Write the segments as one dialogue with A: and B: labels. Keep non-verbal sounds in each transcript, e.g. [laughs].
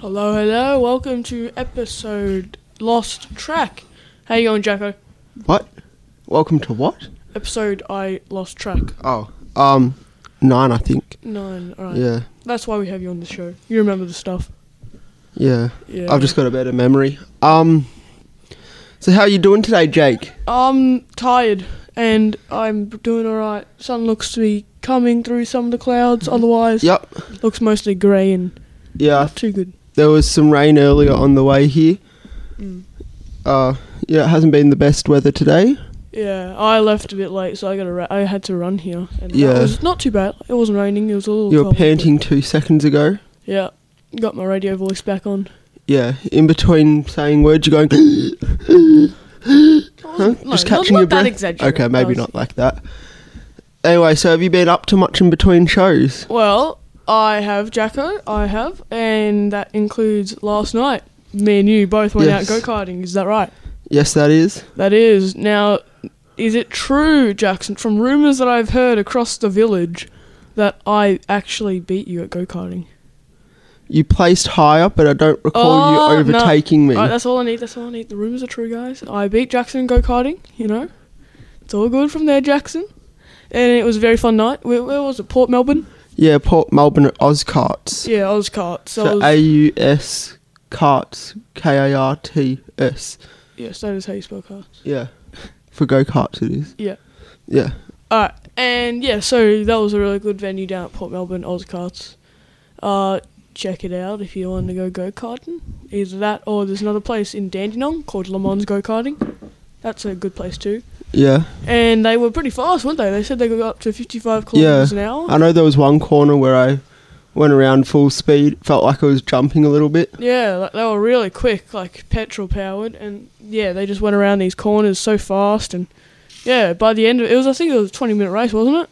A: Hello, hello. Welcome to episode Lost Track. How you going, Jacko?
B: What? Welcome to what?
A: Episode I Lost Track
B: Oh, um, nine, I think.
A: nine. All right.
B: Yeah,
A: That's why we have you on the show. You remember the stuff.
B: yeah.
A: Yeah.
B: I've just got a better memory. Um, so how you doing today, Jake?
A: I'm tired and I'm doing all right. Sun looks to be coming through some of the clouds. Otherwise,
B: Mm-hmm. Yep.
A: looks mostly grey and
B: Yeah,
A: not too good.
B: there was some rain earlier on the way here.
A: Mm.
B: Uh, yeah, it hasn't been the best weather today.
A: Yeah, I left a bit late, so I got to. Ra- I had to run here, and that
B: Yeah.
A: was not too bad. It wasn't raining. It was a little.
B: You were
A: cold, but-
B: panting two seconds ago.
A: Yeah, got my radio voice back on.
B: Yeah, in between saying words, you're
A: [coughs]
B: going. Huh?
A: No,
B: Just
A: not-
B: catching
A: not
B: your
A: that
B: breath.
A: exaggerated.
B: Okay,
A: That
B: maybe
A: was-
B: not like that. Anyway, so have you been up to much in between shows?
A: Well, I have Jacko, I have, and that includes last night. Me and you both went
B: Yes.
A: out go karting, is that right?
B: Yes, that is.
A: That is. Now, is it true, Jackson, from rumours that I've heard across the village, that I actually beat you at go karting?
B: You placed higher, but I don't recall
A: Oh,
B: you
A: no.
B: overtaking me.
A: Alright, that's all I need, that's all I need. The rumours are true, guys. I beat Jackson in go karting, you know? It's all good from there, Jackson. And it was a very fun night. Where, where was it? Port Melbourne?
B: yeah, Port Melbourne at Ozcarts.
A: Yeah, Ozcart. So, it
B: so
A: was-
B: A U S carts, K A R T S.
A: yes, that is how you spell kart.
B: Yeah, for go karts it is.
A: Yeah.
B: Yeah,
A: Alright, and yeah, so that was a really good venue down at Port Melbourne, Ozcarts. Uh, check it out if you want to go go karting. Either that or there's another place in Dandenong called Le Mans Go Karting. That's a good place too.
B: yeah.
A: And they were pretty fast, weren't they? They said they got up to 55 kilometres an hour.
B: I know there was one corner where I went around full speed. Felt like I was jumping a little bit.
A: Yeah, like, they were really quick, like petrol powered, and yeah, they just went around these corners so fast, and yeah, by the end of it was, I think it was a twenty minute race, wasn't it?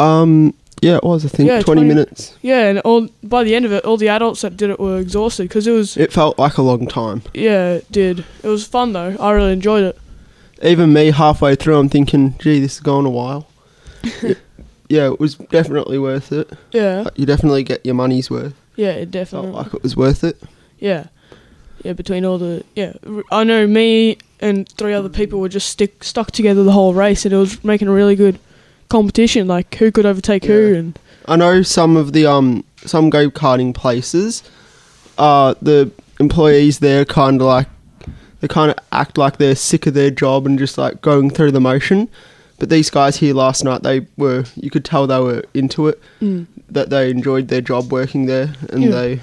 B: Um, yeah, it was. I think
A: Yeah, 20
B: 20, minutes.
A: Yeah, and all by the end of it, all the adults that did it were exhausted because it was
B: It felt like a long time.
A: yeah, it did. It was fun though. I really enjoyed it.
B: Even me, halfway through, I'm thinking, "Gee, this has gone
A: [laughs]
B: a while." It- yeah, it was definitely worth it.
A: Yeah,
B: Like, you definitely get your money's worth.
A: yeah, it
B: Felt
A: definitely.
B: like it was worth it.
A: Yeah, yeah. Between all the yeah, r- I know me and three other people were just stick stuck together the whole race, and it was making a really good competition. Like who could overtake who,
B: Yeah.
A: and
B: I know some of the um some go karting places, uh the employees there kind of like they kind of act like they're sick of their job and just like going through the motion. But these guys here last night, they were you could tell they were into it,
A: Mm.
B: that they enjoyed their job working there, and
A: Yeah.
B: they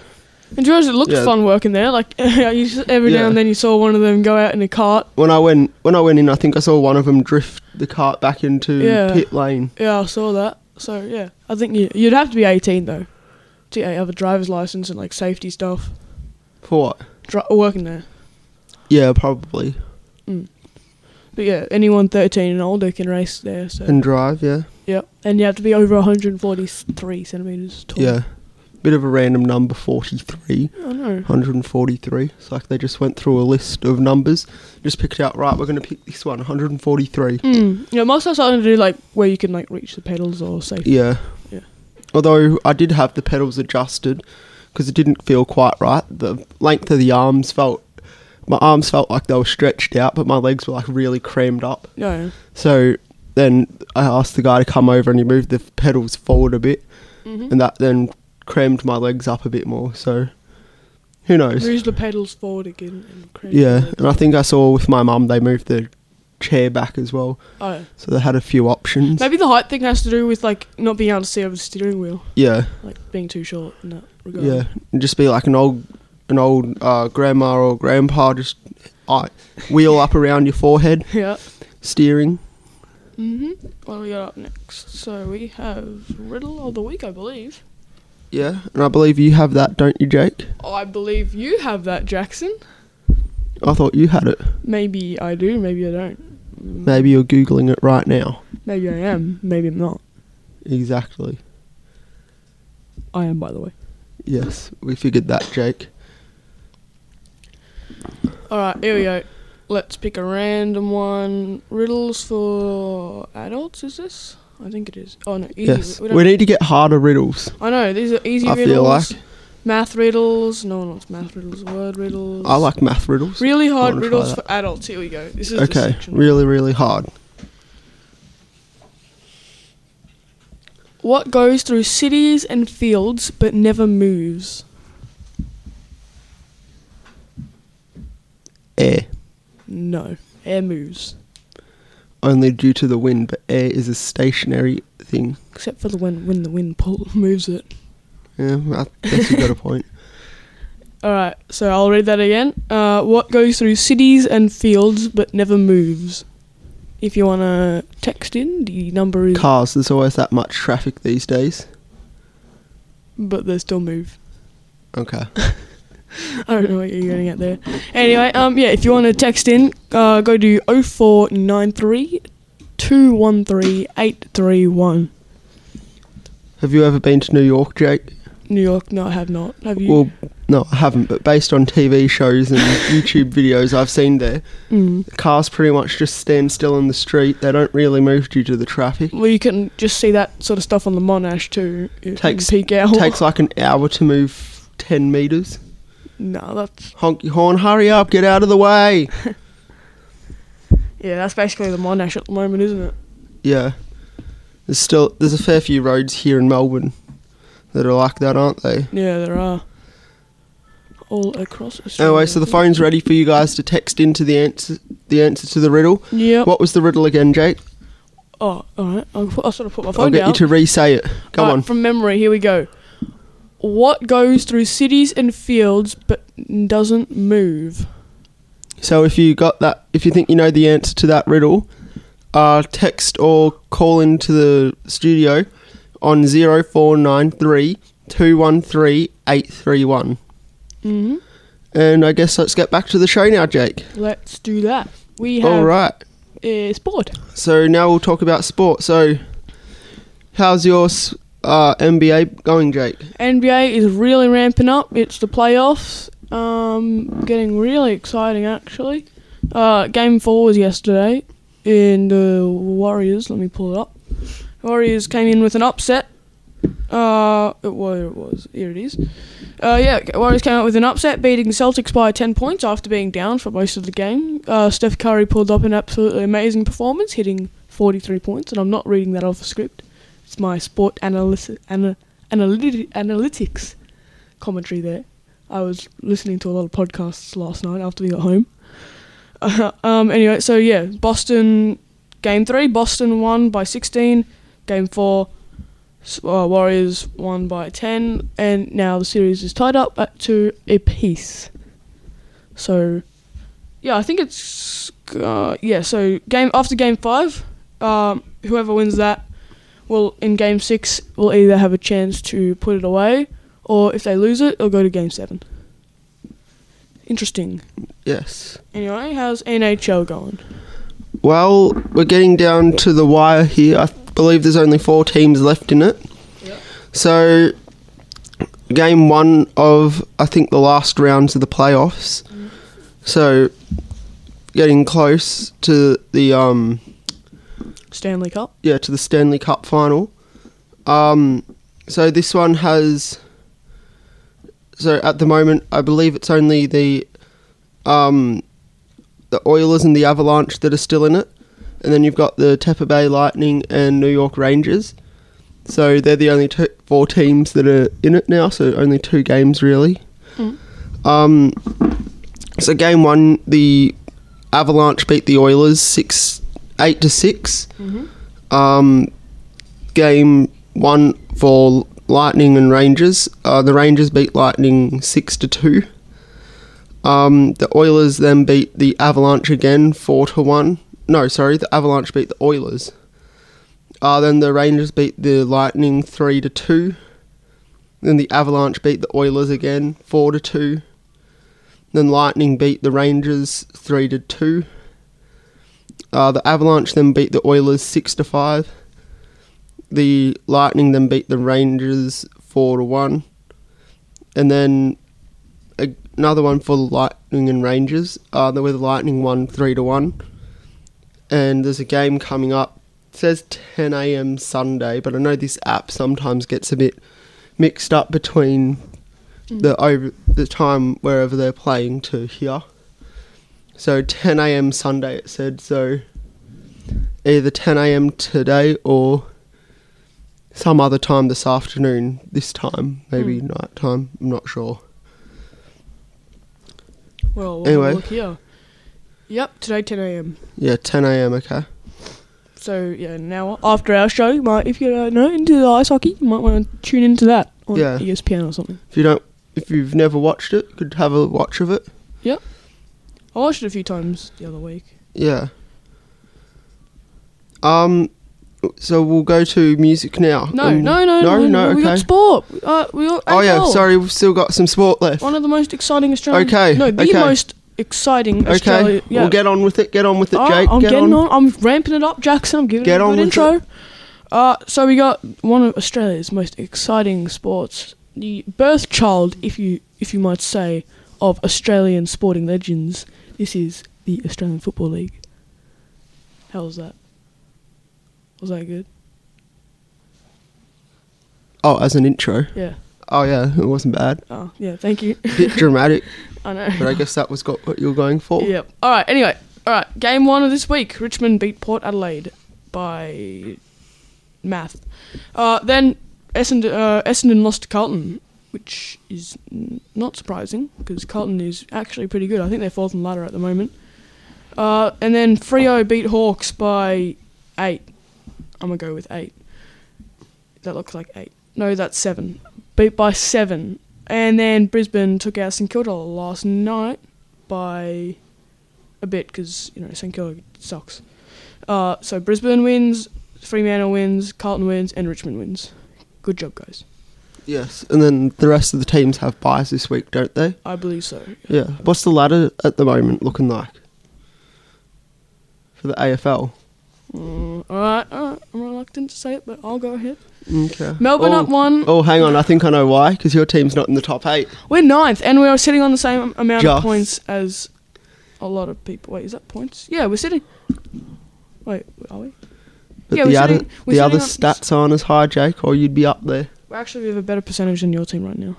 A: And George, it looked
B: Yeah.
A: fun working there. Like [laughs] you just, every now
B: Yeah.
A: and then you saw one of them go out in a cart.
B: when I went when I went in, I think I saw one of them drift the cart back into
A: Yeah.
B: pit lane.
A: Yeah, I saw that. So yeah, I think you, you'd have to be 18 though to have a driver's license and like safety stuff.
B: For what?
A: Dri- oh, working there,
B: Yeah, probably.
A: but yeah, anyone 13 and older can race there. So
B: And drive, yeah.
A: yep, and you have to be over 143 centimeters tall.
B: Yeah. Bit of a random number 43.
A: I know.
B: 143. It's like they just went through a list of numbers, just picked out, right, we're going to pick this one, 143.
A: Mm. Yeah, most of starting to do like where you can like reach the pedals or safety.
B: Yeah.
A: Yeah.
B: Although I did have the pedals adjusted because it didn't feel quite right. The length of the arms felt, my arms felt like they were stretched out, but my legs were like really crammed up.
A: Yeah.
B: So then I asked the guy to come over and he moved the pedals forward a bit,
A: hmm
B: and that then crammed my legs up a bit more. So who knows?
A: Use the pedals forward again and crank
B: Yeah,
A: it.
B: and I think I saw with my mum they moved the chair back as well,
A: Oh. yeah.
B: so they had a few options.
A: Maybe the height thing has to do with like not being able to see over the steering wheel,
B: Yeah,
A: like being too short in that regard.
B: yeah, and just be like an old, an old uh, grandma or grandpa, just uh, wheel up around your forehead,
A: [laughs] Yeah.
B: steering.
A: Mhm. What do we got up next? So we have riddle of the week, I believe.
B: Yeah, and I believe you have that, don't you, Jake?
A: Oh, I believe you have that, Jackson.
B: I thought you had it.
A: Mm. Maybe I do. Maybe I don't.
B: Maybe you're googling it right now.
A: Maybe I am. Maybe I'm not.
B: Exactly.
A: I am, by the way.
B: Yes, we figured that, Jake.
A: All right, here we go. Let's pick a random one. Riddles for adults. Is this? I think it is. Oh no, easy.
B: Yes,
A: We
B: we,
A: don't-
B: need to get harder riddles.
A: I know these are easy
B: I
A: riddles.
B: feel like
A: Math riddles. No one wants math riddles. Word riddles.
B: I like math riddles.
A: really hard
B: wanna try
A: riddles for
B: that.
A: adults. Here we go. This is The
B: okay,
A: section.
B: really, really hard.
A: What goes through cities and fields but never moves?
B: Air.
A: No. Air moves.
B: Only due to the wind, but air is a stationary thing.
A: Except for the wind when the wind pull, [laughs] moves it.
B: Yeah, I guess you got a point.
A: Alright, so I'll read that again. Uh, what goes through cities and fields but never moves? If you want to text in, the number is.
B: Cars, there's always that much traffic these days.
A: But they still move. [laughs]
B: Okay.
A: I don't know what you're getting at there. Anyway, um, yeah, if you want to text in, uh, go to 0493 213 831.
B: Have you ever been to New York, Jake?
A: New York, no, I have not. Have you?
B: Well, no, I haven't, but based on TV shows and [laughs] YouTube videos I've seen there,
A: Mm.
B: cars pretty much just stand still in the street. They don't really move due to the traffic.
A: Well, you can just see that sort of stuff on the Monash too. It
B: Takes-
A: peak out. [laughs]
B: takes like an hour to move 10 metres.
A: no, that's
B: Honk your horn, hurry up, get out of the way.
A: yeah, that's basically the Monash at the moment, isn't it?
B: Yeah. There's still, there's a fair few roads here in Melbourne that are like that, aren't they?
A: Yeah, there are all across Australia.
B: Anyway, Oh, so the phone's ready for you guys to text into the answer, the answer to the riddle.
A: Yep.
B: What was the riddle again, Jake?
A: Oh, all right. I'll, put, I'll sort of put my phone
B: I'll get
A: down.
B: you to re-say it. Come
A: Alright,
B: on.
A: From memory, here we go. What goes through cities and fields but doesn't move?
B: So if you got that, if you think you know the answer to that riddle, uh, text or call into the studio on 0493 213 831.
A: hmm
B: And I guess let's get back to the show now, Jake.
A: Let's do that. We have
B: All right.
A: uh, sport.
B: So now we'll talk about sport. So, how's your s- uh, NBA going, Jake?
A: NBA is really ramping up. It's the playoffs. Um, getting really exciting actually. Uh, game four was yesterday, and the Warriors. Let me pull it up. Warriors came in with an upset. Uh, it, where it was here it is. Uh, yeah, Warriors came out with an upset, beating the Celtics by ten points after being down for most of the game. Uh, Steph Curry pulled up an absolutely amazing performance, hitting forty-three points, and I'm not reading that off the script. It's my sport analysis. Ana- analytic, analytics commentary there. I was listening to a lot of podcasts last night after we got home. [laughs] um, anyway, so yeah, Boston game three, Boston won by 16. Game four, s- uh, Warriors won by 10, and now the series is tied up at two apiece. So, yeah, I think it's uh, yeah. So game after game five, um, whoever wins that will in game six will either have a chance to put it away, or if they lose it, it'll go to game seven. Interesting.
B: Yes.
A: Anyway, how's NHL going?
B: Well, we're getting down to the wire here. I believe there's only four teams left in it.
A: Yep.
B: So, game one of, I think, the last rounds of the playoffs. So, getting close to the um,
A: Stanley Cup.
B: yeah, to the Stanley Cup final. Um, so this one has. So at the moment, I believe it's only the, um, the Oilers and the Avalanche that are still in it, and then you've got the Tampa Bay Lightning and New York Rangers. So they're the only two, four teams that are in it now. So only two games really.
A: Mm.
B: Um, so game one, the Avalanche beat the Oilers six eight to six
A: Mm-hmm.
B: um, game one for Lightning and Rangers. Uh, the Rangers beat Lightning six to two. Um, the Oilers then beat the Avalanche again four to one. No, sorry, the Avalanche beat the Oilers. Uh, then the Rangers beat the Lightning three to two. Then the Avalanche beat the Oilers again four to two. Then Lightning beat the Rangers three to two. Uh, the Avalanche then beat the Oilers six to five. The Lightning then beat the Rangers four to one, and then a- another one for the Lightning and Rangers. Uh, where the Lightning won three to one, and there's a game coming up. It says 10 a.m. Sunday, but I know this app sometimes gets a bit mixed up between the over the time wherever they're playing to here. So 10 a.m. Sunday it said so. Either 10 a.m. today or some other time this afternoon. This time, maybe
A: Hmm.
B: night time. I'm not sure.
A: Well, we'll
B: Anyway.
A: look here. Yep, today 10 a.m.
B: Yeah, 10 a.m. Okay.
A: So yeah, now after our show, you might if you don't know into the ice hockey, you might want to tune into that on E
B: Yeah.
A: ESPN or something.
B: If you don't, if you've never watched it, could have a watch of it.
A: I watched it a few times the other week.
B: Yeah. Um. So we'll go to music now.
A: No,
B: and-
A: no, no,
B: Oh. no, no.
A: We got
B: okay.
A: sport. Uh, we got
B: Oh yeah,
A: AFL.
B: sorry, we've still got some sport left.
A: One of the most exciting Australian.
B: Okay,
A: No, the
B: okay.
A: most exciting Australian.
B: Okay, we'll get on with it. Get on with it,
A: All right,
B: Jake.
A: Oh, I'm
B: get
A: getting on. I'm ramping it up, Jackson. I'm giving it
B: Get
A: a
B: on
A: good
B: with
A: intro. Uh, so we got one of Australia's most exciting sports, the birth child, if you if you might say, of Australian sporting legends. This is the Australian Football League. How was that? Was that good?
B: Oh, as an intro.
A: Yeah.
B: Oh yeah, it wasn't bad.
A: Oh, yeah. Thank you. [laughs]
B: Bit dramatic,
A: I know.
B: but I guess that was got what you were going for.
A: Yep. All right. Anyway, all right. Game one of this week, Richmond beat Port Adelaide by math. Uh, then Essendon, uh, Essendon lost to Carlton, which is n- not surprising because Carlton is actually pretty good. I think they're fourth in ladder at the moment. Uh, and then Frio beat Hawks by eight. I'm gonna go with eight. That looks like eight. No, that's seven. Beat by seven. And then Brisbane took out St Kilda last night by a bit because you know St Kilda sucks. Uh, so Brisbane wins, Fremantle wins, Carlton wins, and Richmond wins. Good job, guys.
B: Yes, and then the rest of the teams have buys this week, don't they?
A: I believe so.
B: Yeah. What's the ladder at the moment looking like for the AFL?
A: Mm, all right, all right. I'm reluctant to say it, but I'll go ahead.
B: Okay.
A: Melbourne
B: oh,
A: up one.
B: Oh, hang on. I think I know why. Because your team's not in the top eight.
A: We're ninth, and we are sitting on the same amount
B: Just.
A: of points as a lot of people. Wait, is that points? Yeah, we're sitting. Wait, are we?
B: But
A: Yeah,
B: the
A: we're
B: other
A: sitting- we're
B: the
A: sitting
B: other
A: on-
B: stats aren't as high, Jake, or you'd be up there.
A: We're actually we have a better percentage than your team right now.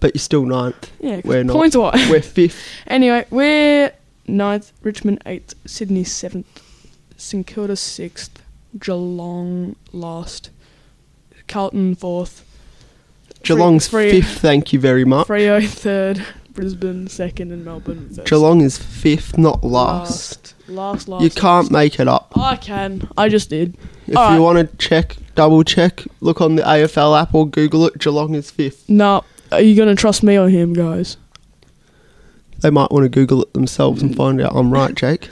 B: But you're still ninth.
A: Yeah,
B: We're not.
A: points wise.
B: We're fifth.
A: Anyway, we're ninth, Richmond eighth, Sydney seventh, St Kilda sixth, Geelong last, Carlton fourth,
B: Geelong's
A: Freo-
B: fifth. Thank you very much.
A: Freo third, Brisbane second, and Melbourne first.
B: Geelong is fifth, not last.
A: Last, last.
B: you can't make it up.
A: I can. I just did.
B: If
A: All
B: you
A: right.
B: want to check, double check, look on the AFL app or Google it. Geelong is fifth.
A: No, are you gonna trust me or him, guys?
B: They might want to Google it themselves
A: Hmm.
B: and find out I'm
A: [laughs]
B: right, Jake.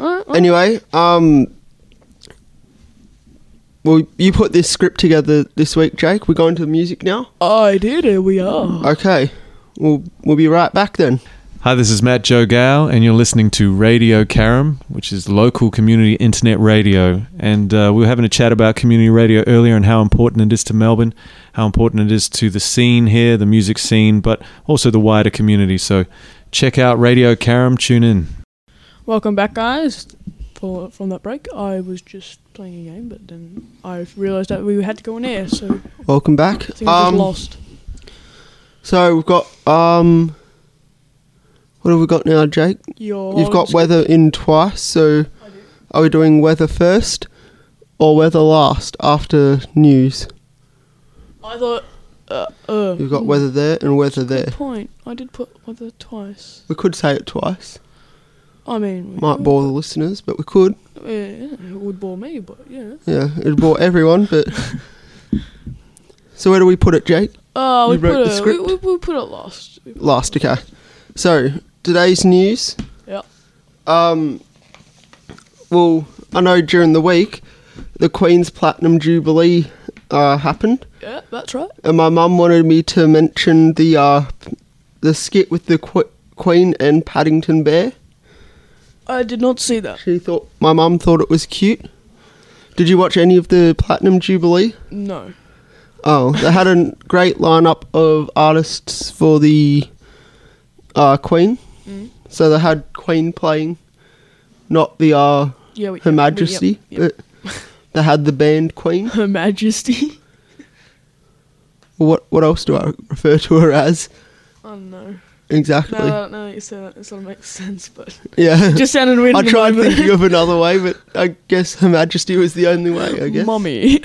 A: All right, all right.
B: Anyway, um, well, you put this script together this week, Jake. We're going to the music now.
A: I did. Here we are.
B: Okay, we'll we'll be right back then.
C: Hi, this is Matt Joe Gow, and you're listening to Radio Karam, which is local community internet radio. And uh, we were having a chat about community radio earlier and how important it is to Melbourne, how important it is to the scene here, the music scene, but also the wider community. So check out Radio Karam, tune in.
A: Welcome back, guys. For, from that break, I was just playing a game, but then I realised that we had to go on air, so
B: Welcome back.
A: I think I
B: Um,
A: just lost.
B: so we've got um, what have we got now, Jake?
A: Your
B: You've got weather in twice, so
A: I do.
B: are we doing weather first or weather last after news?
A: I thought. Uh, uh,
B: You've got
A: hmm,
B: weather there and weather there.
A: Point. I did put weather twice.
B: We could say it twice.
A: I mean, we
B: Might
A: could,
B: bore the listeners, but we could.
A: but- Yeah, yeah, it would bore me, but yeah.
B: Yeah, it bore everyone, but. [laughs] so where do we put it, Jake?
A: Oh,
B: You
A: we
B: wrote
A: put
B: the
A: it. We,
B: script?
A: we, we put it last. We put it
B: Last, okay. So today's news.
A: Yep.
B: Um. Well, I know during the week, the Queen's Platinum Jubilee uh, happened.
A: Yeah, that's right.
B: and my mum wanted me to mention the uh, the skit with the qu- Queen and Paddington Bear.
A: I did not see that.
B: She thought my mum thought it was cute. Did you watch any of the Platinum Jubilee?
A: No.
B: Oh, they had a great lineup of artists for the uh, Queen.
A: Mm.
B: So they had Queen playing, not the uh,
A: Yeah, we,
B: Her
A: yep, we-
B: Majesty,
A: Yep, yep.
B: but they had the band Queen.
A: Her Majesty.
B: What what else do I refer to her as
A: [laughs] I don't know.
B: exactly?
A: Now, that- now that you say that, it sort of makes sense, but
B: yeah,
A: it just sounded weird.
B: I
A: in the
B: tried
A: moment.
B: thinking of another way, but I guess Her Majesty was the only way. I guess. [laughs]
A: Mummy.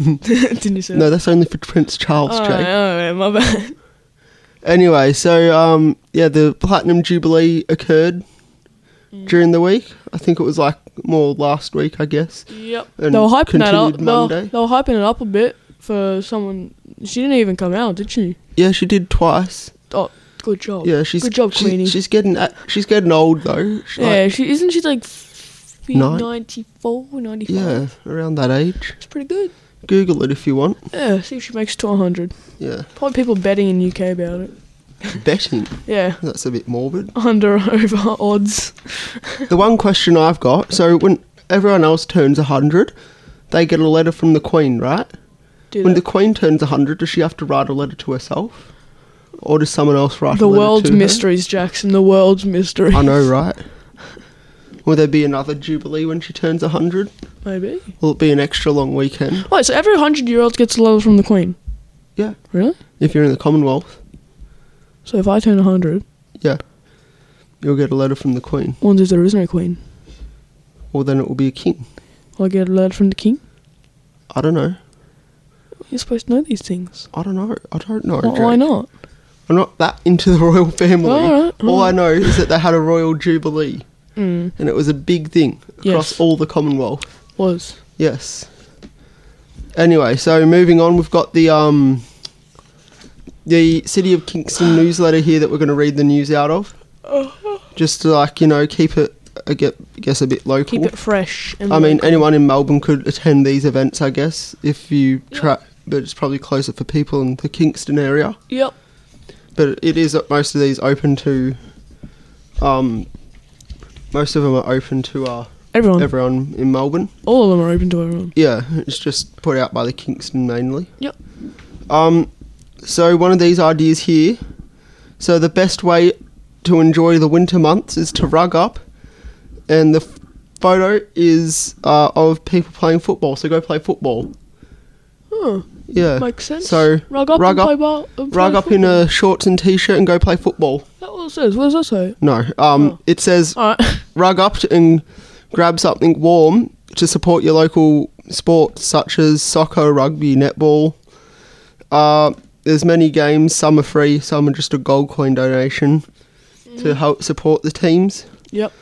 A: Didn't you say
B: No,
A: that?
B: that's only for Prince Charles,
A: Oh,
B: Jake.
A: yeah, my bad.
B: Anyway, so um, yeah, the Platinum Jubilee occurred
A: Mm.
B: during the week. I think it was like more last week, I guess.
A: Yep.
B: And
A: they were hyping that up.
B: continued
A: They were,
B: Monday.
A: they were hyping it up a bit for someone. She didn't even come out, did she?
B: Yeah, she did twice.
A: Oh, good job.
B: Yeah, she's
A: good job,
B: she's-
A: Queenie.
B: She's getting a- she's getting old though. She's
A: yeah,
B: like-
A: she isn't she like f-
B: Nine-
A: 94, 95?
B: yeah, around that age.
A: it's pretty good.
B: Google it if you want.
A: Yeah, see if she makes it to 100.
B: Yeah, [laughs]
A: Probably people betting in UK about it.
B: betting.
A: Yeah, [laughs]
B: That's a bit morbid.
A: under over odds.
B: The one question I've got. So when everyone else turns hundred, they get a letter from the Queen, right?
A: Do
B: When
A: they?
B: the Queen turns 100, does she have to write a letter to herself? Or does someone else write
A: The
B: a letter
A: world's
B: to her?
A: mysteries, Jackson. The world's mysteries.
B: I know, right? Will there be another Jubilee when she turns 100?
A: Maybe.
B: Will it be an extra long weekend?
A: Wait, so every hundred year old gets a letter from the Queen?
B: Yeah.
A: Really?
B: If you're in the Commonwealth,
A: So if I turn hundred,
B: yeah. You'll get a letter from the Queen.
A: once if there is no Queen,
B: Or then it will be a king.
A: I'll get a letter from the King.
B: I don't know.
A: You're supposed to know these things.
B: I don't know. I don't know.
A: Why-
B: Jake.
A: why not?
B: I'm not that into the [laughs] royal family.
A: All right, all
B: all I
A: right.
B: know is that they had a royal jubilee
A: Mm,
B: and it was a big thing across
A: Yes.
B: all the Commonwealth.
A: was
B: Yes. Anyway, so moving on, we've got the um, the City of
A: [sighs]
B: Kingston newsletter here that we're going to read the news out of, just to like you know keep it I get guess a bit local.
A: keep it fresh. And
B: I mean,
A: local.
B: anyone in Melbourne could attend these events, I guess, if you try, but it's probably closer for people in the Kingston area.
A: Yep.
B: But it is that most of these open to, um, most of them are open to uh,
A: Everyone.
B: everyone in Melbourne.
A: All of them are open to everyone.
B: Yeah, it's just put out by the Kingston mainly.
A: Yep.
B: Um, so one of these ideas here. So the best way to enjoy the winter months is to rug up, and the f- photo is uh, of people playing football. So go play football.
A: Huh.
B: Yeah.
A: Makes sense.
B: Eh, So
A: rug up,
B: rug
A: and
B: up-
A: play bar, and play
B: rug up in
A: football.
B: a shorts and t-shirt and go play football.
A: That what it says. What does that say?
B: No. Um,
A: Oh.
B: it says
A: All right.
B: rug up and grab something warm to support your local sports such as soccer, rugby, netball. Uh, there's many games. Some are free. Some are just a gold coin donation to help support the teams.
A: [laughs] yep.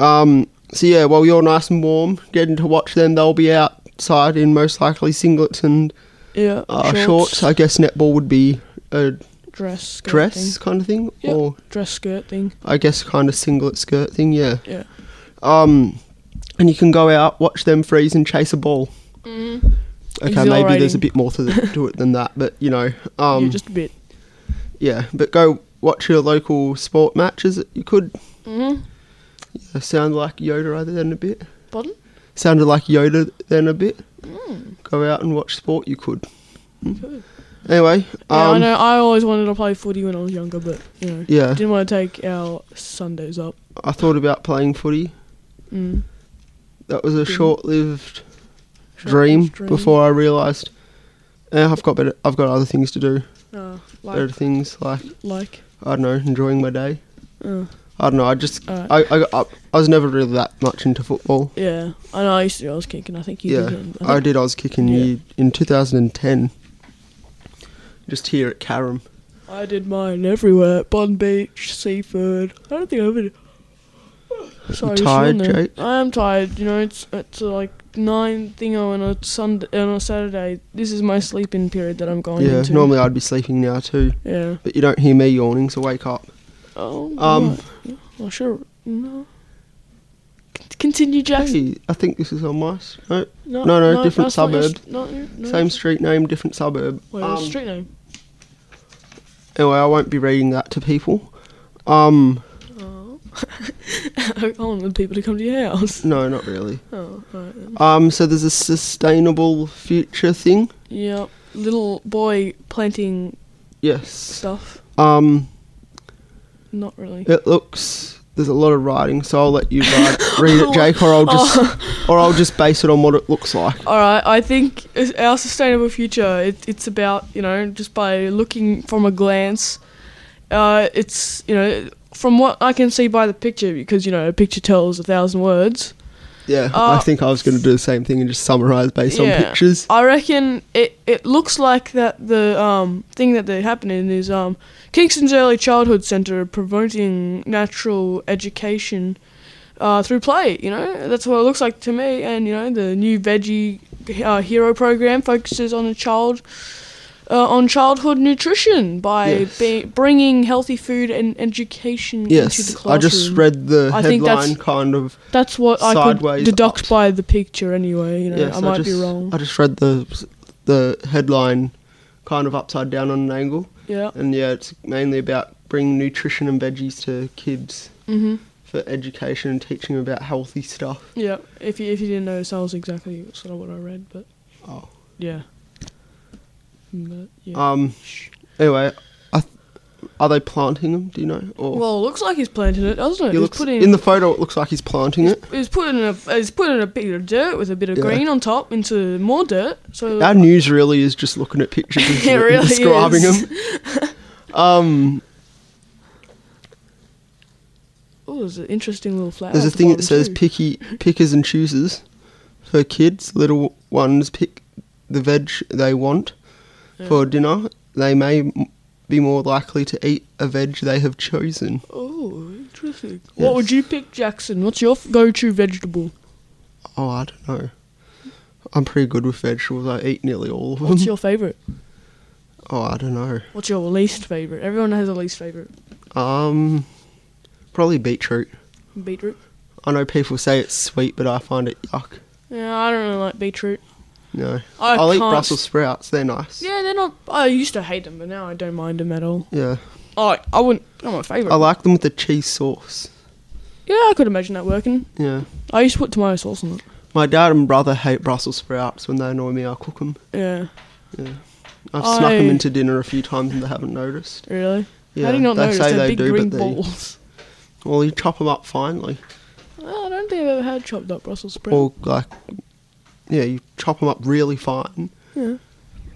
B: Um, so yeah, while you're nice and warm, getting to watch them, they'll be outside in most likely singlets and
A: Yeah.
B: uh, shorts. I guess netball would be a
A: dress. Skirt
B: dress kind of thing,
A: Yep.
B: or
A: Thing. Dress skirt thing.
B: I guess kind of singlet skirt thing. Yeah.
A: Yeah.
B: Um, and you can go out, watch them freeze, and chase a ball.
A: Mm-hmm.
B: Okay, maybe there's a
A: Exhilarating.
B: bit more
A: [laughs]
B: to, the, to it than that, but you know, um,
A: yeah, just a bit.
B: yeah. But go watch your local sport matches. You could
A: Mm-hmm.
B: uh, sound like Yoda rather than a bit.
A: Pardon?
B: Sounded like Yoda then a bit.
A: Hmm.
B: Go out and watch sport. You could. Hmm.
A: Cool.
B: Anyway,
A: Yeah, I
B: um,
A: know. I always wanted to play footy when I was younger, but you know,
B: yeah,
A: didn't want to take our Sundays up.
B: I thought about playing footy.
A: Mm.
B: That was a
A: Didn't.
B: short-lived dream,
A: Dream.
B: before I realised. eh, I've got better. I've got other things to do.
A: Uh,
B: Better
A: like,
B: things like
A: like.
B: I don't know, enjoying my day.
A: Uh,
B: I don't know. I just
A: Alright.
B: I, I, I I was never really that much into football.
A: yeah, I know. I used to. I was kicking. I think you
B: yeah,
A: did. it.
B: I, did. I was kicking
A: Yeah.
B: you in 2010. Just here at Carrum.
A: I did mine everywhere. Bond Beach, Seaford. I don't think I ever did. [sighs] Sorry, just
B: tired,
A: yawned there.
B: Jake?
A: I am tired. You know, it's it's uh, like nine thing on a Sunday on a Saturday. This is my sleeping period that I'm going
B: yeah,
A: into.
B: normally I'd be sleeping now too,
A: Yeah.
B: but you don't hear me yawning, so wake up.
A: Oh.
B: Um,
A: Um. Well, sure. No. Con- Continue, Jackson.
B: Hey, I think this is on my s- no, no, no, different
A: that's not your
B: suburb.
A: s- not your- no,
B: same
A: street.
B: street name, different suburb.
A: Wait,
B: Um,
A: what's street name?
B: Anyway, I won't be reading that to people. Um,
A: Oh. [laughs] I wanted people to come to your
B: [laughs]
A: house.
B: no, not really.
A: Oh, alright then.
B: Um, so there's a sustainable future thing.
A: Yep. Little boy planting
B: Yes.
A: stuff.
B: Um,
A: Not really.
B: It looks there's a lot of writing, so I'll
A: [laughs]
B: let you write, read it, Jake, or I'll just
A: Oh.
B: or I'll just base it on what it looks like.
A: All right, I think it's our sustainable future. It, it's about you know just by looking from a glance, uh, it's you know from what I can see by the picture because you know a picture tells a thousand words.
B: Yeah,
A: Uh,
B: I think I was going to do the same thing and just summarize based on
A: Yeah.
B: pictures.
A: I reckon it, it looks like that the um, thing that they're happening is um, Kingston's Early Childhood Centre promoting natural education uh, through play. You know, that's what it looks like to me. And you know, the new veggie uh, hero program focuses on a child. Uh, on childhood nutrition by
B: Yes.
A: be- bringing healthy food and education into the
B: Yes, I
A: classroom.
B: just read the
A: I think that's-
B: headline kind of.
A: That's what I could
B: sideways
A: deduct
B: up.
A: by the picture, anyway. You know,
B: yes,
A: I might
B: just,
A: be wrong.
B: I just read the the headline kind of upside down on an angle,
A: yeah.
B: and yeah, it's mainly about bringing nutrition and veggies to kids
A: hmm
B: for education and teaching them about healthy stuff.
A: Yeah, if you, if you didn't notice, that was exactly sort of what I read, but
B: Oh.
A: yeah. Mm, But, yeah.
B: Um. Anyway, I th- are they planting them? Do you know? Or
A: well, it looks like he's planting it, doesn't it?
B: he
A: He's
B: looks,
A: putting
B: in the photo, it looks like he's planting it.
A: he's putting a he's putting a bit of dirt with a bit of
B: Yeah.
A: green on top into more dirt. So
B: Our news really is just looking
A: [laughs]
B: at pictures and
A: It really
B: describing
A: is.
B: them.
A: [laughs]
B: Um,
A: oh, there's an interesting little flower.
B: there's a
A: at the
B: thing that
A: bottom
B: says
A: too.
B: picky pickers and choosers for kids. Little ones pick the veg they want
A: Yeah.
B: for dinner. They may m- be more likely to eat a veg they have chosen.
A: Oh, interesting.
B: Yes.
A: What would you pick, Jackson? What's your f- go-to vegetable?
B: Oh, I don't know. I'm pretty good with vegetables. I eat nearly all of them.
A: What's your favorite?
B: oh, I don't know.
A: What's your least favorite? Everyone has a least favorite.
B: Um, probably beetroot.
A: Beetroot.
B: I know people say it's sweet, but I find it yuck.
A: Yeah, I don't really like beetroot.
B: No,
A: I
B: will eat
A: can't
B: Brussels sprouts. They're nice.
A: Yeah, they're not. I used to hate them, but now I don't mind them at all.
B: Yeah.
A: I I wouldn't. They're not my favorite.
B: I like them with the cheese sauce.
A: yeah, I could imagine that working.
B: Yeah.
A: I used to put tomato sauce on it.
B: My dad and brother hate Brussels sprouts. When they annoy me, I cook them.
A: Yeah,
B: I've snuck them
A: I-
B: into dinner a few times and they haven't noticed.
A: really.
B: Yeah,
A: How do you not
B: they
A: notice?
B: say
A: They're
B: they
A: big
B: do,
A: green
B: but they.
A: balls. [laughs]
B: Well, you chop them up finely,
A: I don't think I've ever had chopped up Brussels sprout.
B: or like, yeah, you chop them up really fine,
A: Yeah.
B: and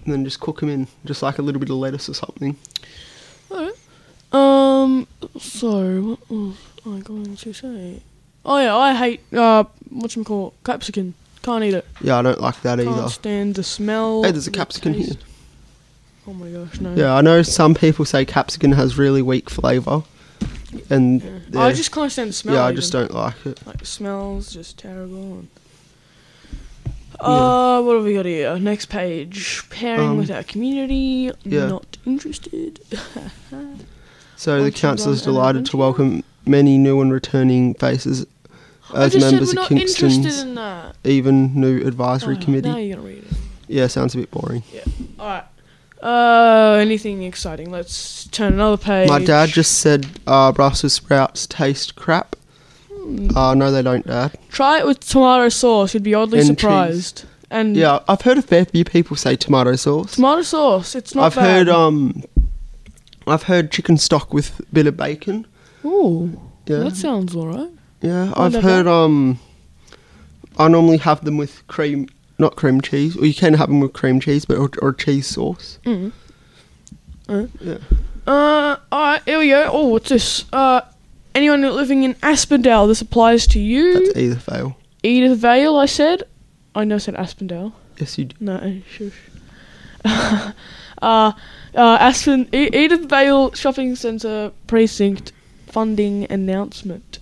B: then just cook them in, just like a little bit of lettuce or something.
A: Alright. Um. So what was I going to say? Oh yeah, I hate uh what's called capsicum. Can't eat it.
B: Yeah, I don't like that
A: Can't
B: either.
A: stand the smell.
B: Hey, there's a
A: the
B: capsicum here.
A: taste. Oh my gosh, no.
B: Yeah, I know some people say capsicum has really weak flavour, and
A: Yeah.
B: yeah,
A: I just can't stand the smell.
B: yeah, I
A: even.
B: just don't like it.
A: Like smells just terrible. And
B: Yeah.
A: uh, what have we got here? Next page. Pairing
B: Um,
A: with our community.
B: yeah.
A: Not interested.
B: So the
A: Aren't you
B: council is
A: one and
B: delighted
A: aren't
B: to
A: you?
B: welcome many new and returning faces
A: I
B: as
A: just
B: members
A: said we're
B: of
A: not interested
B: Kingston's
A: in that.
B: even new advisory
A: Oh,
B: committee.
A: Now you're gonna read it.
B: Yeah, sounds a bit boring.
A: All right. Uh, anything exciting? Let's turn another page.
B: My dad just said uh, Brussels sprouts taste crap.
A: Hmm.
B: Uh, no, they don't, Dad.
A: try it with tomato sauce. You'd be oddly
B: And cheese.
A: surprised. And
B: Yeah, I've heard a fair few people say tomato sauce.
A: tomato sauce. It's not
B: I've
A: bad.
B: heard um, I've heard chicken stock with a bit of bacon.
A: Ooh,
B: um, Yeah,
A: that sounds alright.
B: yeah.
A: I
B: I've
A: love
B: heard um, I normally have them with cream, not cream cheese. Or you can have them with cream cheese, but or, or cheese sauce.
A: Mm.
B: Yeah.
A: Uh, alright, here we go. Oh, what's this? Uh, anyone living in Aspendale, this applies to you.
B: That's either fail.
A: Edith Vale, I said. Oh, I never said Aspendale.
B: Yes, you do.
A: No, eh, shush. [laughs] uh, uh, Aspen, E- Edith Vale Shopping Centre Precinct funding announcement.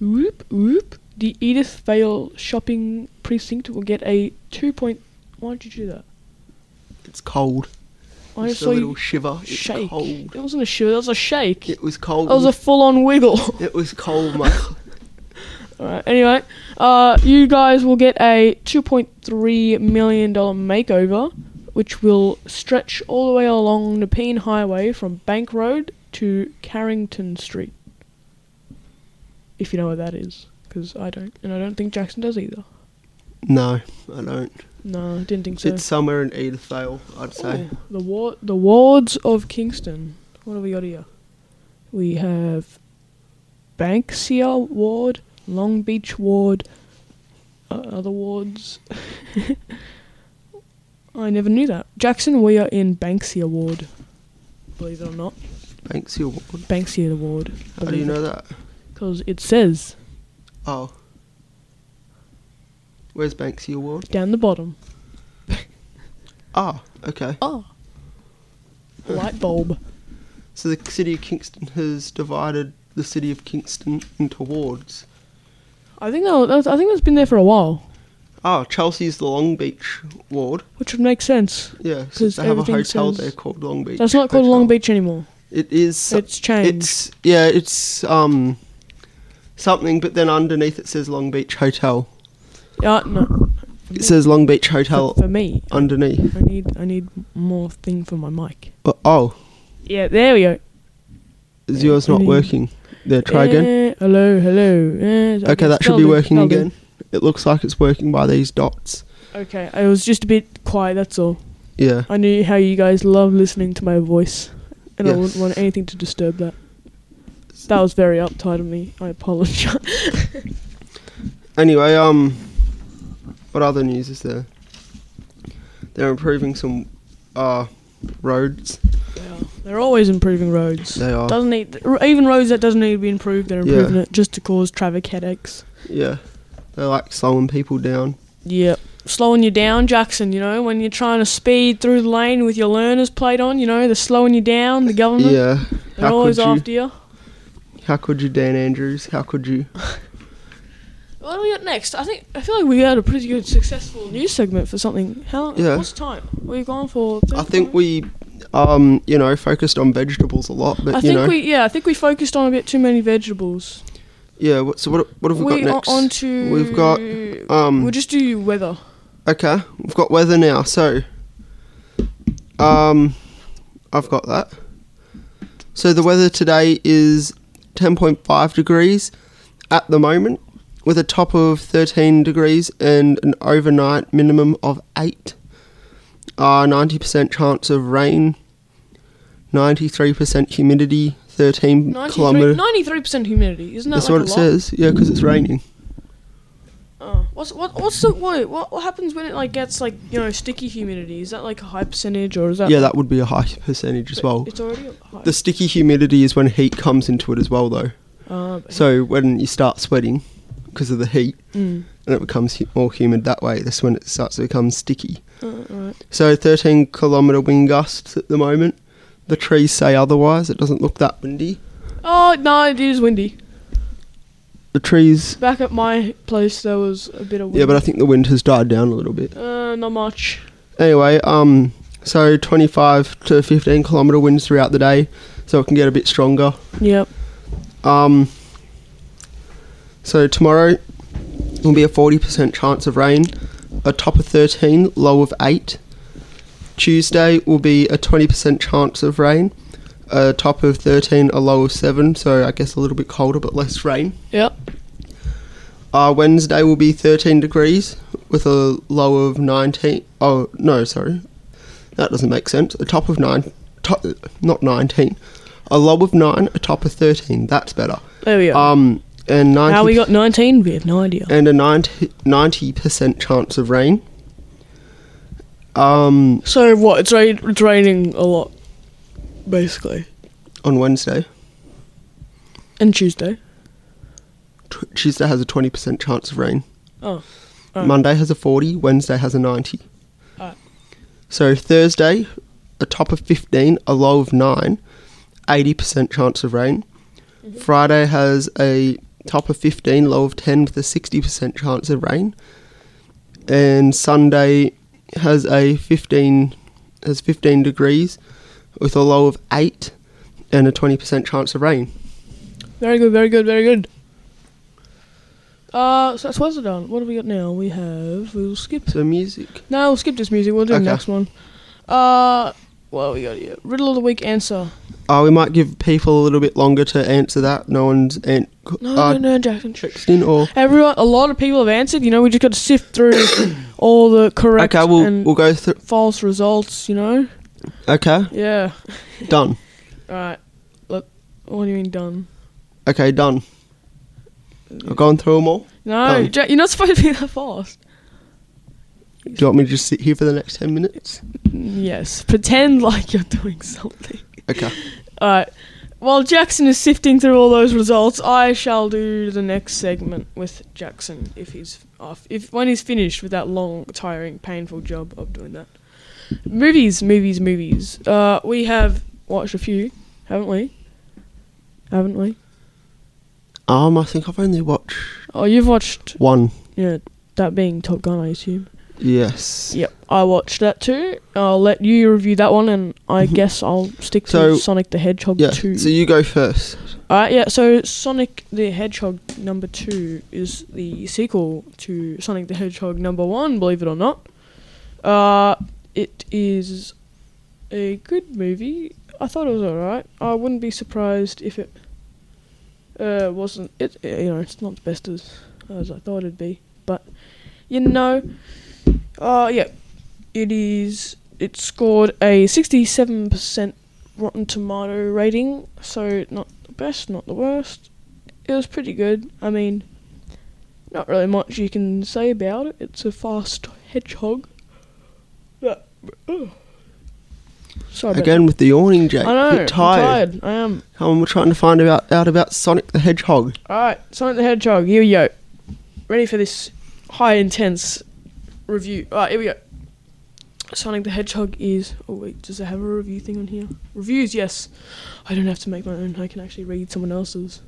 A: Whoop, whoop. The Edith Vale Shopping Precinct will get a 2 point... Why did you do that?
B: It's cold.
A: I
B: Just
A: saw
B: a little
A: you
B: shiver. It's
A: shake.
B: cold.
A: It wasn't a shiver, that was a shake.
B: It was cold.
A: that was a full-on wiggle. [laughs]
B: it was cold, mate.
A: Alright, anyway, uh, you guys will get a $2.3 million makeover, which will stretch all the way along Nepean Highway from Bank Road to Carrington Street. If you know what that is, because I don't, and I don't think Jackson does either.
B: no, I don't.
A: No, I didn't think so.
B: It's somewhere in Edithvale, I'd say.
A: Oh, the war- the wards of Kingston. What have we got here? We have Banksia Ward, Long Beach Ward, uh, other wards. [laughs] I never knew that. Jackson, we are in Banksia Ward. Believe it or not,
B: Banksy Award.
A: Banksia Ward.
B: How do you know that?
A: Because it says
B: Oh. Where's Banksy Award?
A: down the bottom.
B: Ah, okay.
A: Ah, light bulb.
B: So the city of Kingston has divided the city of Kingston into wards.
A: I think that was, I think that's been there for a while,
B: Ah, Chelsea's the Long Beach ward.
A: which would make sense.
B: Yeah,
A: 'Cause
B: so they have a
A: everything
B: hotel
A: says-
B: there called Long Beach.
A: That's not called Long
B: Hotel.
A: Beach anymore.
B: It is. so-
A: It's changed.
B: It's yeah, it's um something, but then underneath it says Long Beach Hotel.
A: Uh, no.
B: It says Long Beach
A: for,
B: Hotel
A: for me.
B: underneath.
A: I need I need more thing for my mic.
B: Oh, oh,
A: Yeah, there we go.
B: is yours not
A: Mm.
B: working? There, try again.
A: Eh, hello, hello. eh, I
B: Okay,
A: guess
B: that should
A: that'll
B: be
A: do,
B: working
A: that'll do.
B: again. It looks like it's working by these dots.
A: Okay, I was just a bit quiet. That's all.
B: Yeah.
A: I knew how you guys love listening to my voice, and I wouldn't
B: Yes.
A: want anything to disturb that. That was very uptight of me. I apologize.
B: Anyway, um, what other news is there? They're improving some uh roads.
A: They're always improving roads.
B: They are.
A: Doesn't need even roads that doesn't need to be improved. They're
B: Yeah.
A: improving it just to cause traffic headaches.
B: Yeah, they're like slowing people down.
A: Yep. Slowing you down, Jackson, you know, when you're trying to speed through the lane with your learners plate on, you know, they're slowing you down, the government.
B: Yeah.
A: They're
B: How could
A: always
B: you?
A: after you.
B: How could you, Dan Andrews? How could you?
A: What do we got next? I think I feel like we had a pretty good successful news segment for something. How long
B: Yeah.
A: what's the time? We've gone for
B: I
A: 30 minutes?
B: think we, um, you know, focused on vegetables a lot, but
A: I
B: you
A: think
B: know,
A: we yeah, I think we focused on a bit too many vegetables.
B: yeah. What, so what, what have we,
A: are
B: got next?
A: on to
B: We've got, um,
A: we'll just do weather.
B: okay, we've got weather now. So, um, I've got that. So the weather today is ten point five degrees at the moment, with a top of thirteen degrees and an overnight minimum of eight. Uh, Ninety percent chance of rain. Ninety-three percent humidity. Thirteen kilometer.
A: 93 percent humidity, isn't that
B: That's
A: like
B: what
A: a
B: it
A: lot?
B: says. Yeah, because it's raining.
A: Oh, what's what what's the what, what what happens when it like gets like you know sticky humidity? Is that like a high percentage or is that
B: Yeah, that would be a high percentage as well.
A: It's already a high.
B: The sticky humidity is when heat comes into it as well, though.
A: uh, but-
B: So when you start sweating because of the heat
A: mm,
B: and it becomes hu- more humid that way, that's when it starts to become sticky.
A: uh, alright.
B: So 13 kilometre wind gusts at the moment. The trees say otherwise. It doesn't look that windy.
A: Oh no, it is windy.
B: The trees.
A: Back at my place, there was a bit of wind.
B: Yeah, but I think the wind has died down a little bit.
A: uh, not much.
B: Anyway, um, so 25 to 15 kilometre winds throughout the day, so it can get a bit stronger.
A: Yep.
B: Um, so tomorrow will be a 40% chance of rain, a top of 13, low of 8. Tuesday will be a 20% chance of rain, a top of 13, a low of 7, so I guess a little bit colder but less rain.
A: Yep.
B: Uh, Wednesday will be 13 degrees with a low of 19. Oh, no, sorry. That doesn't make sense. A top of 9. To, not 19. A low of 9, a top of 13. That's better.
A: There we are.
B: Um, and 90,
A: How we got 19? We have no idea.
B: and a 90 percent chance of rain. Um,
A: So what? It's, rain, it's raining a lot, basically.
B: on Wednesday,
A: And Tuesday.
B: T- Tuesday has a 20 percent chance of rain.
A: Oh. Alright.
B: Monday has a 40. Wednesday has a 90.
A: Alright.
B: So Thursday, a top of 15, a low of 9, 80% chance of rain.
A: Mm-hmm.
B: Friday has a top of 15, low of 10 with a 60% chance of rain. And Sunday has a 15 has 15 degrees with a low of 8 and a 20% chance of rain.
A: Very good. Very good. Very good. Uh, so that's weather done. What have we got now? We have we'll skip
B: So music.
A: No, we'll skip this music. We'll do
B: Okay.
A: the next one. Uh, well, we got here. Riddle of the week answer.
B: Uh, we might give people a little bit longer to answer that. No one's an-
A: No,
B: uh,
A: no, no, Jackson. Shh.
B: texting or
A: Everyone, a lot of people have answered. You know, we just got to sift through
B: [coughs]
A: all the correct
B: okay we'll,
A: and
B: we'll go through
A: false results. You know,
B: okay
A: yeah.
B: done
A: All right. Look, what do you mean done?
B: okay done I've gone through them all.
A: No,
B: Um,
A: Jack, you're not supposed to be that fast.
B: Do you want me to just sit here for the next 10 minutes?
A: Yes, pretend like you're doing something.
B: Okay.
A: All right. While Jackson is sifting through all those results, I shall do the next segment with Jackson if he's off. If when he's finished with that long, tiring, painful job of doing that. Movies, movies, movies. Uh, we have watched a few, haven't we? Haven't we?
B: Um, I think I've only watched
A: Oh, you've watched.
B: one.
A: Yeah, that being Top Gun, I assume.
B: Yes.
A: Yep, I watched that too. I'll let you review that one, and I
B: [laughs] Mhm.
A: guess I'll stick to
B: So-
A: Sonic the Hedgehog
B: Yeah.
A: two.
B: So you go first.
A: Alright, Uh, yeah, so Sonic the Hedgehog number two is the sequel to Sonic the Hedgehog number one, believe it or not. Uh, it is a good movie. I thought it was alright. I wouldn't be surprised if it uh, wasn't. It uh, You know, it's not the best as, as I thought it'd be. But, you know, uh, yeah, it is. It scored a 67% Rotten Tomato rating, so not the best, not the worst. It was pretty good. I mean, not really much you can say about it. It's a fast hedgehog. But, oh. Sorry about
B: Again with the yawning,
A: that.
B: Jake.
A: I know.
B: You're
A: I'm
B: tired.
A: tired. I am.
B: Um, we're trying to find about, out about Sonic the Hedgehog.
A: All right, Sonic the Hedgehog. Here we go. Ready for this high intense review? All right, here we go. Sonic the Hedgehog is. Oh wait, does it have a review thing on here? Reviews, yes. I don't have to make my own. I can actually read someone else's.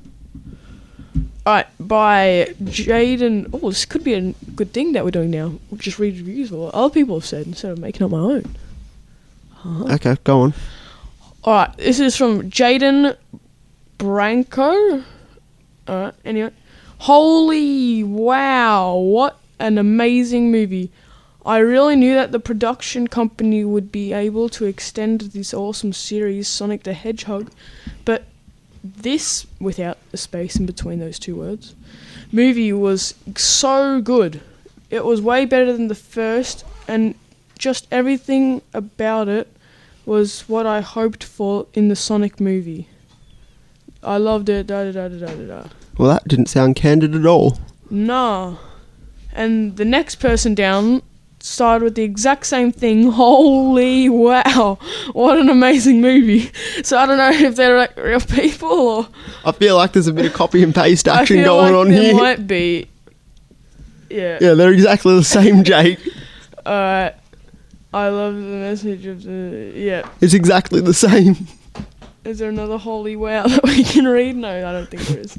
A: All right, by Jaden. Oh, this could be a good thing that we're doing now. We'll just read reviews of what other people have said instead of making up my own. Huh?
B: Okay, go on.
A: All right, this is from Jaden Branco. All right, anyway, holy wow, what an amazing movie! I really knew that the production company would be able to extend this awesome series, Sonic the Hedgehog, but this, without the space in between those two words, movie was so good. It was way better than the first, and just everything about it was what I hoped for in the Sonic movie. I loved it. Da da da da da da. da.
B: Well, that didn't sound candid at all.
A: Nah. And the next person down started with the exact same thing. [laughs] Holy wow! What an amazing movie. So I don't know if they're like real people or
B: I feel like there's a bit of copy and paste
A: [laughs] I
B: action
A: feel
B: going
A: like
B: on
A: there
B: here.
A: might be. Yeah.
B: Yeah, they're exactly the same, Jake.
A: Alright. I love the message of the yeah.
B: It's exactly the same.
A: Is there another holy wow [laughs] that we can read? No, I don't think there is.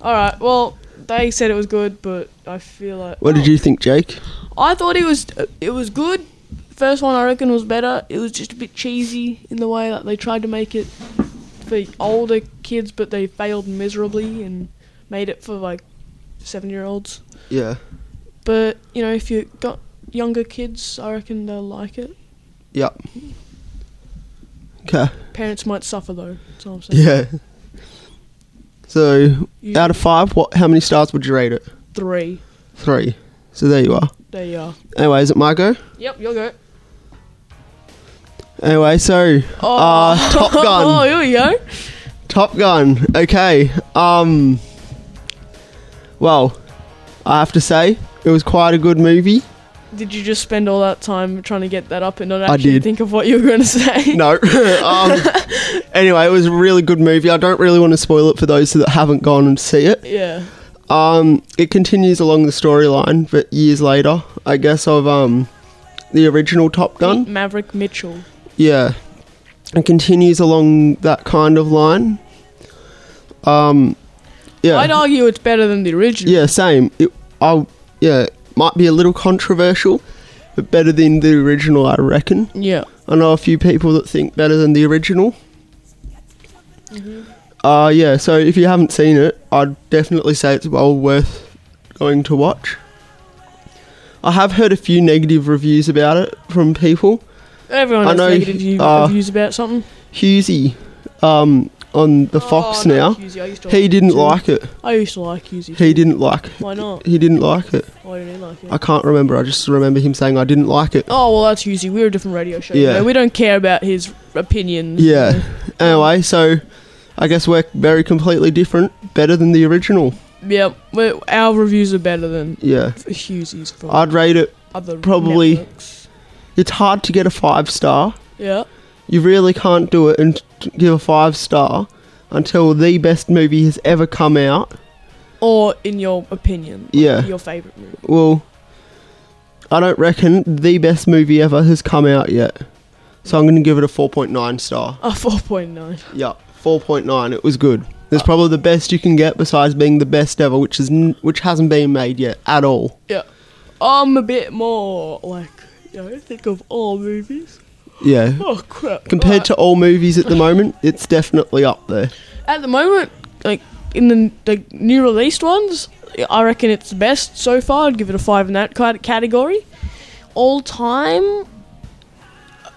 A: All right. Well, they said it was good, but I feel like. oh,
B: What did you think, Jake?
A: I thought it was. uh, It was good. First one I reckon was better. It was just a bit cheesy in the way that they tried to make it for older kids, but they failed miserably and made it for like seven-year-olds.
B: Yeah.
A: But you know, if you got younger kids, I reckon they'll like it.
B: Yep. Okay.
A: Parents might suffer though. That's all I'm saying.
B: Yeah. So,
A: You-
B: out of five, what? How many stars would you rate it?
A: three.
B: Three. So there you are.
A: There you are.
B: Anyway, is it my go?
A: Yep, you'll go.
B: Anyway, so
A: Oh. [laughs]
B: uh, Top
A: Oh,
B: Gun.
A: here we go.
B: Top Gun. Okay. Um. Well, I have to say it was quite a good movie.
A: Did you just spend all that time trying to get that up and not
B: I
A: actually
B: did.
A: think of what you were going to say?
B: [laughs] No. um, anyway, it was a really good movie. I don't really want to spoil it for those that haven't gone and see it.
A: Yeah.
B: Um, it continues along the storyline, but years later, I guess of um, the original Top Gun.
A: Pete Maverick Mitchell.
B: Yeah. It continues along that kind of line. Um, yeah.
A: I'd argue it's better than the original.
B: yeah, same. It, I'll, yeah, might be a little controversial, but better than the original, I reckon.
A: Yeah.
B: I know a few people that think better than the original. Uh, yeah, so if you haven't seen it, I'd definitely say it's well worth going to watch. I have heard a few negative reviews about it from people.
A: Everyone
B: I
A: has
B: know
A: negative
B: he-
A: view-
B: uh,
A: views about something.
B: Husey, um, on the Fox
A: Oh,
B: now.
A: no, Husey, I used to
B: He
A: like
B: didn't
A: Husey.
B: like it.
A: I used to like Husey.
B: He didn't like.
A: Why not?
B: He didn't like it.
A: Why didn't he like it?
B: I can't remember. I just remember him saying I didn't like it.
A: oh, well, that's Husey. We're a different radio show.
B: Yeah.
A: you know, We don't care about his opinions.
B: Yeah. Anyway, so I guess we're very completely different. Better than the original.
A: Yep, we- our reviews are better than
B: Yeah,
A: Hughesy's from
B: I'd rate it.
A: other
B: probably-
A: networks.
B: It's hard to get a five star.
A: Yeah,
B: You really can't do it and t- give a five star until the best movie has ever come out.
A: or in your opinion, like,
B: Yeah.
A: your favorite movie.
B: Well, I don't reckon the best movie ever has come out yet. So I'm going to give it a 4.9 star.
A: A Oh, four point nine.
B: Yeah, 4.9. It was good. It's probably the best you can get besides being the best ever, which is n- which hasn't been made yet at all.
A: I'm a bit more like you know, think of all movies.
B: Yeah.
A: Oh crap!
B: Compared to all movies at the moment, it's definitely up there.
A: at the moment, like in the the new released ones, I reckon it's the best so far. I'd give it a five in that cat- category. All time,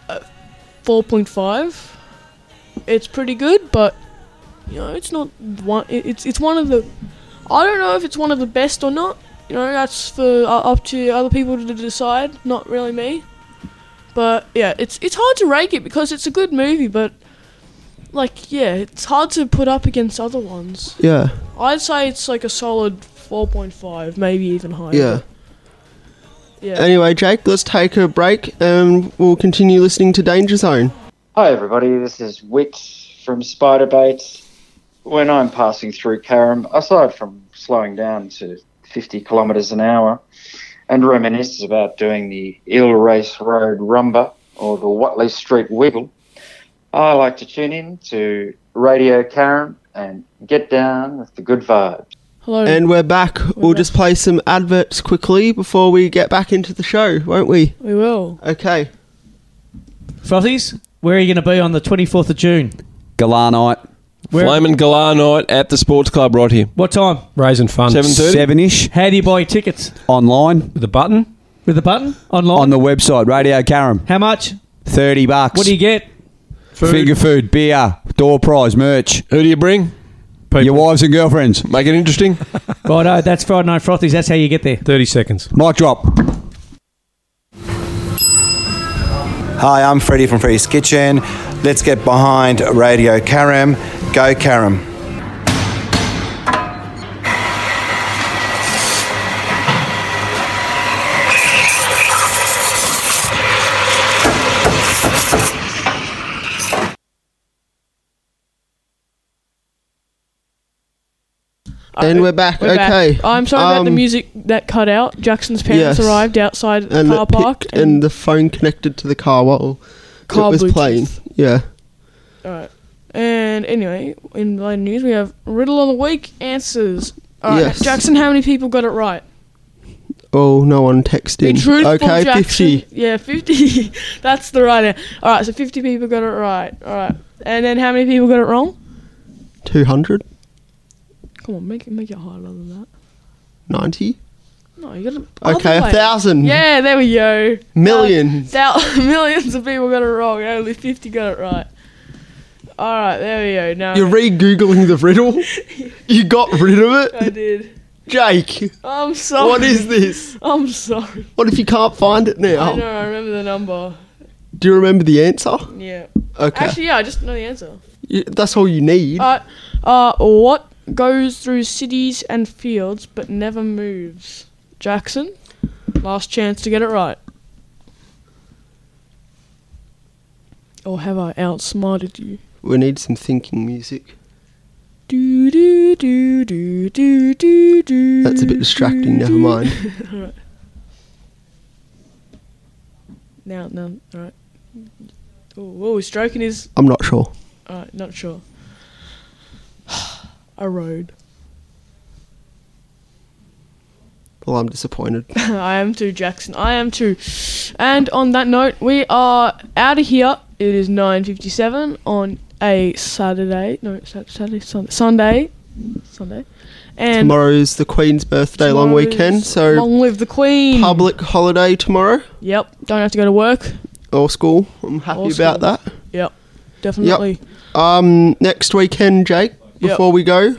A: uh, four point five. It's pretty good, but you know, it's not one. it- It's it's one of the. I don't know if it's one of the best or not. You know, that's for uh, up to other people to decide. Not really me. But yeah, it's it's hard to rank it because it's a good movie, but like yeah, it's hard to put up against other ones.
B: Yeah.
A: I'd say it's like a solid four point five, maybe even higher.
B: Yeah.
A: Yeah.
B: Anyway, Jake, let's take a break and we'll continue listening to Danger Zone.
D: Hi, everybody. This is Wit from Spiderbait. When I'm passing through Karam, aside from slowing down to 50 kilometres an hour and reminisce about doing the Ill Race Road Rumba or the Watley Street Wiggle, I like to tune in to Radio Karam and get down with the good vibes.
A: Hello.
B: And we're back. We'll just play some adverts quickly before we get back into the show, won't we?
A: we will.
B: Okay.
E: Frothies, where are you going to be on the 24th of June?
F: Galanite.
E: Where,
G: Flamin' Galah night at the sports club right here.
E: What time?
H: Raising fun.
G: Seven thirty.
F: Seven ish
E: How do you buy your tickets?
F: online
H: With a button.
E: With a button? Online?
F: on the website Radio Caram.
E: How much?
F: Thirty bucks.
E: What do you
H: [laughs]
E: get?
F: Finger food, beer, door prize, merch.
G: Who do you bring?
F: Your wives and girlfriends.
G: Make it interesting.
E: Righto, that's Friday Night Frothies. That's how you get there.
H: 30 seconds.
F: Mic drop.
I: Hi, I'm Freddie from Freddie's Kitchen. Let's get behind Radio Karam. Go Karam.
B: And we're back.
A: Uh, We're back.
B: okay.
A: I'm sorry about the
B: Um,
A: music that cut out. Jackson's parents
B: Yes.
A: arrived outside the
B: And
A: car
B: the, pi-
A: park.
B: and, the phone connected to the car while
A: Car
B: it was
A: Bluetooth.
B: playing. Yeah.
A: Alright. And anyway, in the news, we have Riddle of the Week answers. Alright,
B: Yes.
A: Jackson, how many people got it right?
B: Oh, no one texted.
A: Be
B: in.
A: truthful,
B: okay,
A: Jackson.
B: 50.
A: Yeah, 50. [laughs] That's the right answer. Alright, so 50 people got it right. Alright. And then how many people got it wrong?
B: 200?
A: Come on, make it, make it harder than that.
B: 90?
A: No, you got to.
B: Okay, a thousand.
A: Yeah, there we go.
B: Million.
A: Thou- [laughs] millions of people got it wrong. Only 50 got it right. All right, there we go. Now
B: You're re Googling the riddle? you got rid of
A: I
B: it?
A: did.
B: Jake,
A: I'm sorry.
B: what is Oh. this?
A: [laughs] I'm sorry.
B: What if you can't find it
A: I know.
B: now?
A: I remember the number.
B: Do you remember the answer?
A: Yeah.
B: Okay.
A: Actually, yeah. I just know the answer.
B: You- that's all you need.
A: Uh, uh, what goes through cities and fields but never moves? Jackson. Last chance to get it right. Or have I outsmarted you?
B: we need some thinking music.
A: Do do do do do do do.
B: That's a bit
A: [laughs]
B: distracting, never mind.
A: Now, now, alright. Oh, whoa, stroking is.
B: I'm not sure.
A: Alright, not sure. [sighs] A road.
B: Well,
A: [laughs]
B: I'm disappointed.
A: I am too, Jackson. I am too. And on that note, we are out of here. It is 9.57 on a Saturday. No, Sat- Saturday, Sun- Sunday. Sunday. And
B: Tomorrow's the Queen's birthday long
A: tomorrow
B: weekend,
A: is
B: so
A: Long live the Queen.
B: public holiday tomorrow
A: Yep, don't have to go to work.
B: or school. I'm happy
A: Or school.
B: about that.
A: Yep, definitely.
B: Um, next weekend, Jake.
A: Yep.
B: Before we go,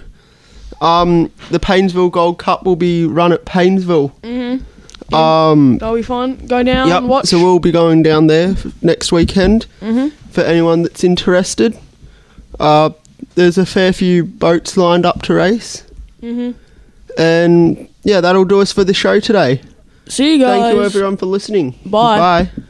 B: um, the Painesville Gold Cup will be run at Painesville. Mm-hmm. Um,
A: That'll be fun. Go down,
B: yep.
A: watch. Mm-hmm.
B: So we'll be going down there f- next weekend for anyone that's interested. Uh, there's a fair few boats lined up to race.
A: Mhm.
B: And yeah, that'll do us for the show today.
A: See you guys.
B: Thank you everyone for listening.
A: Bye.
B: Bye.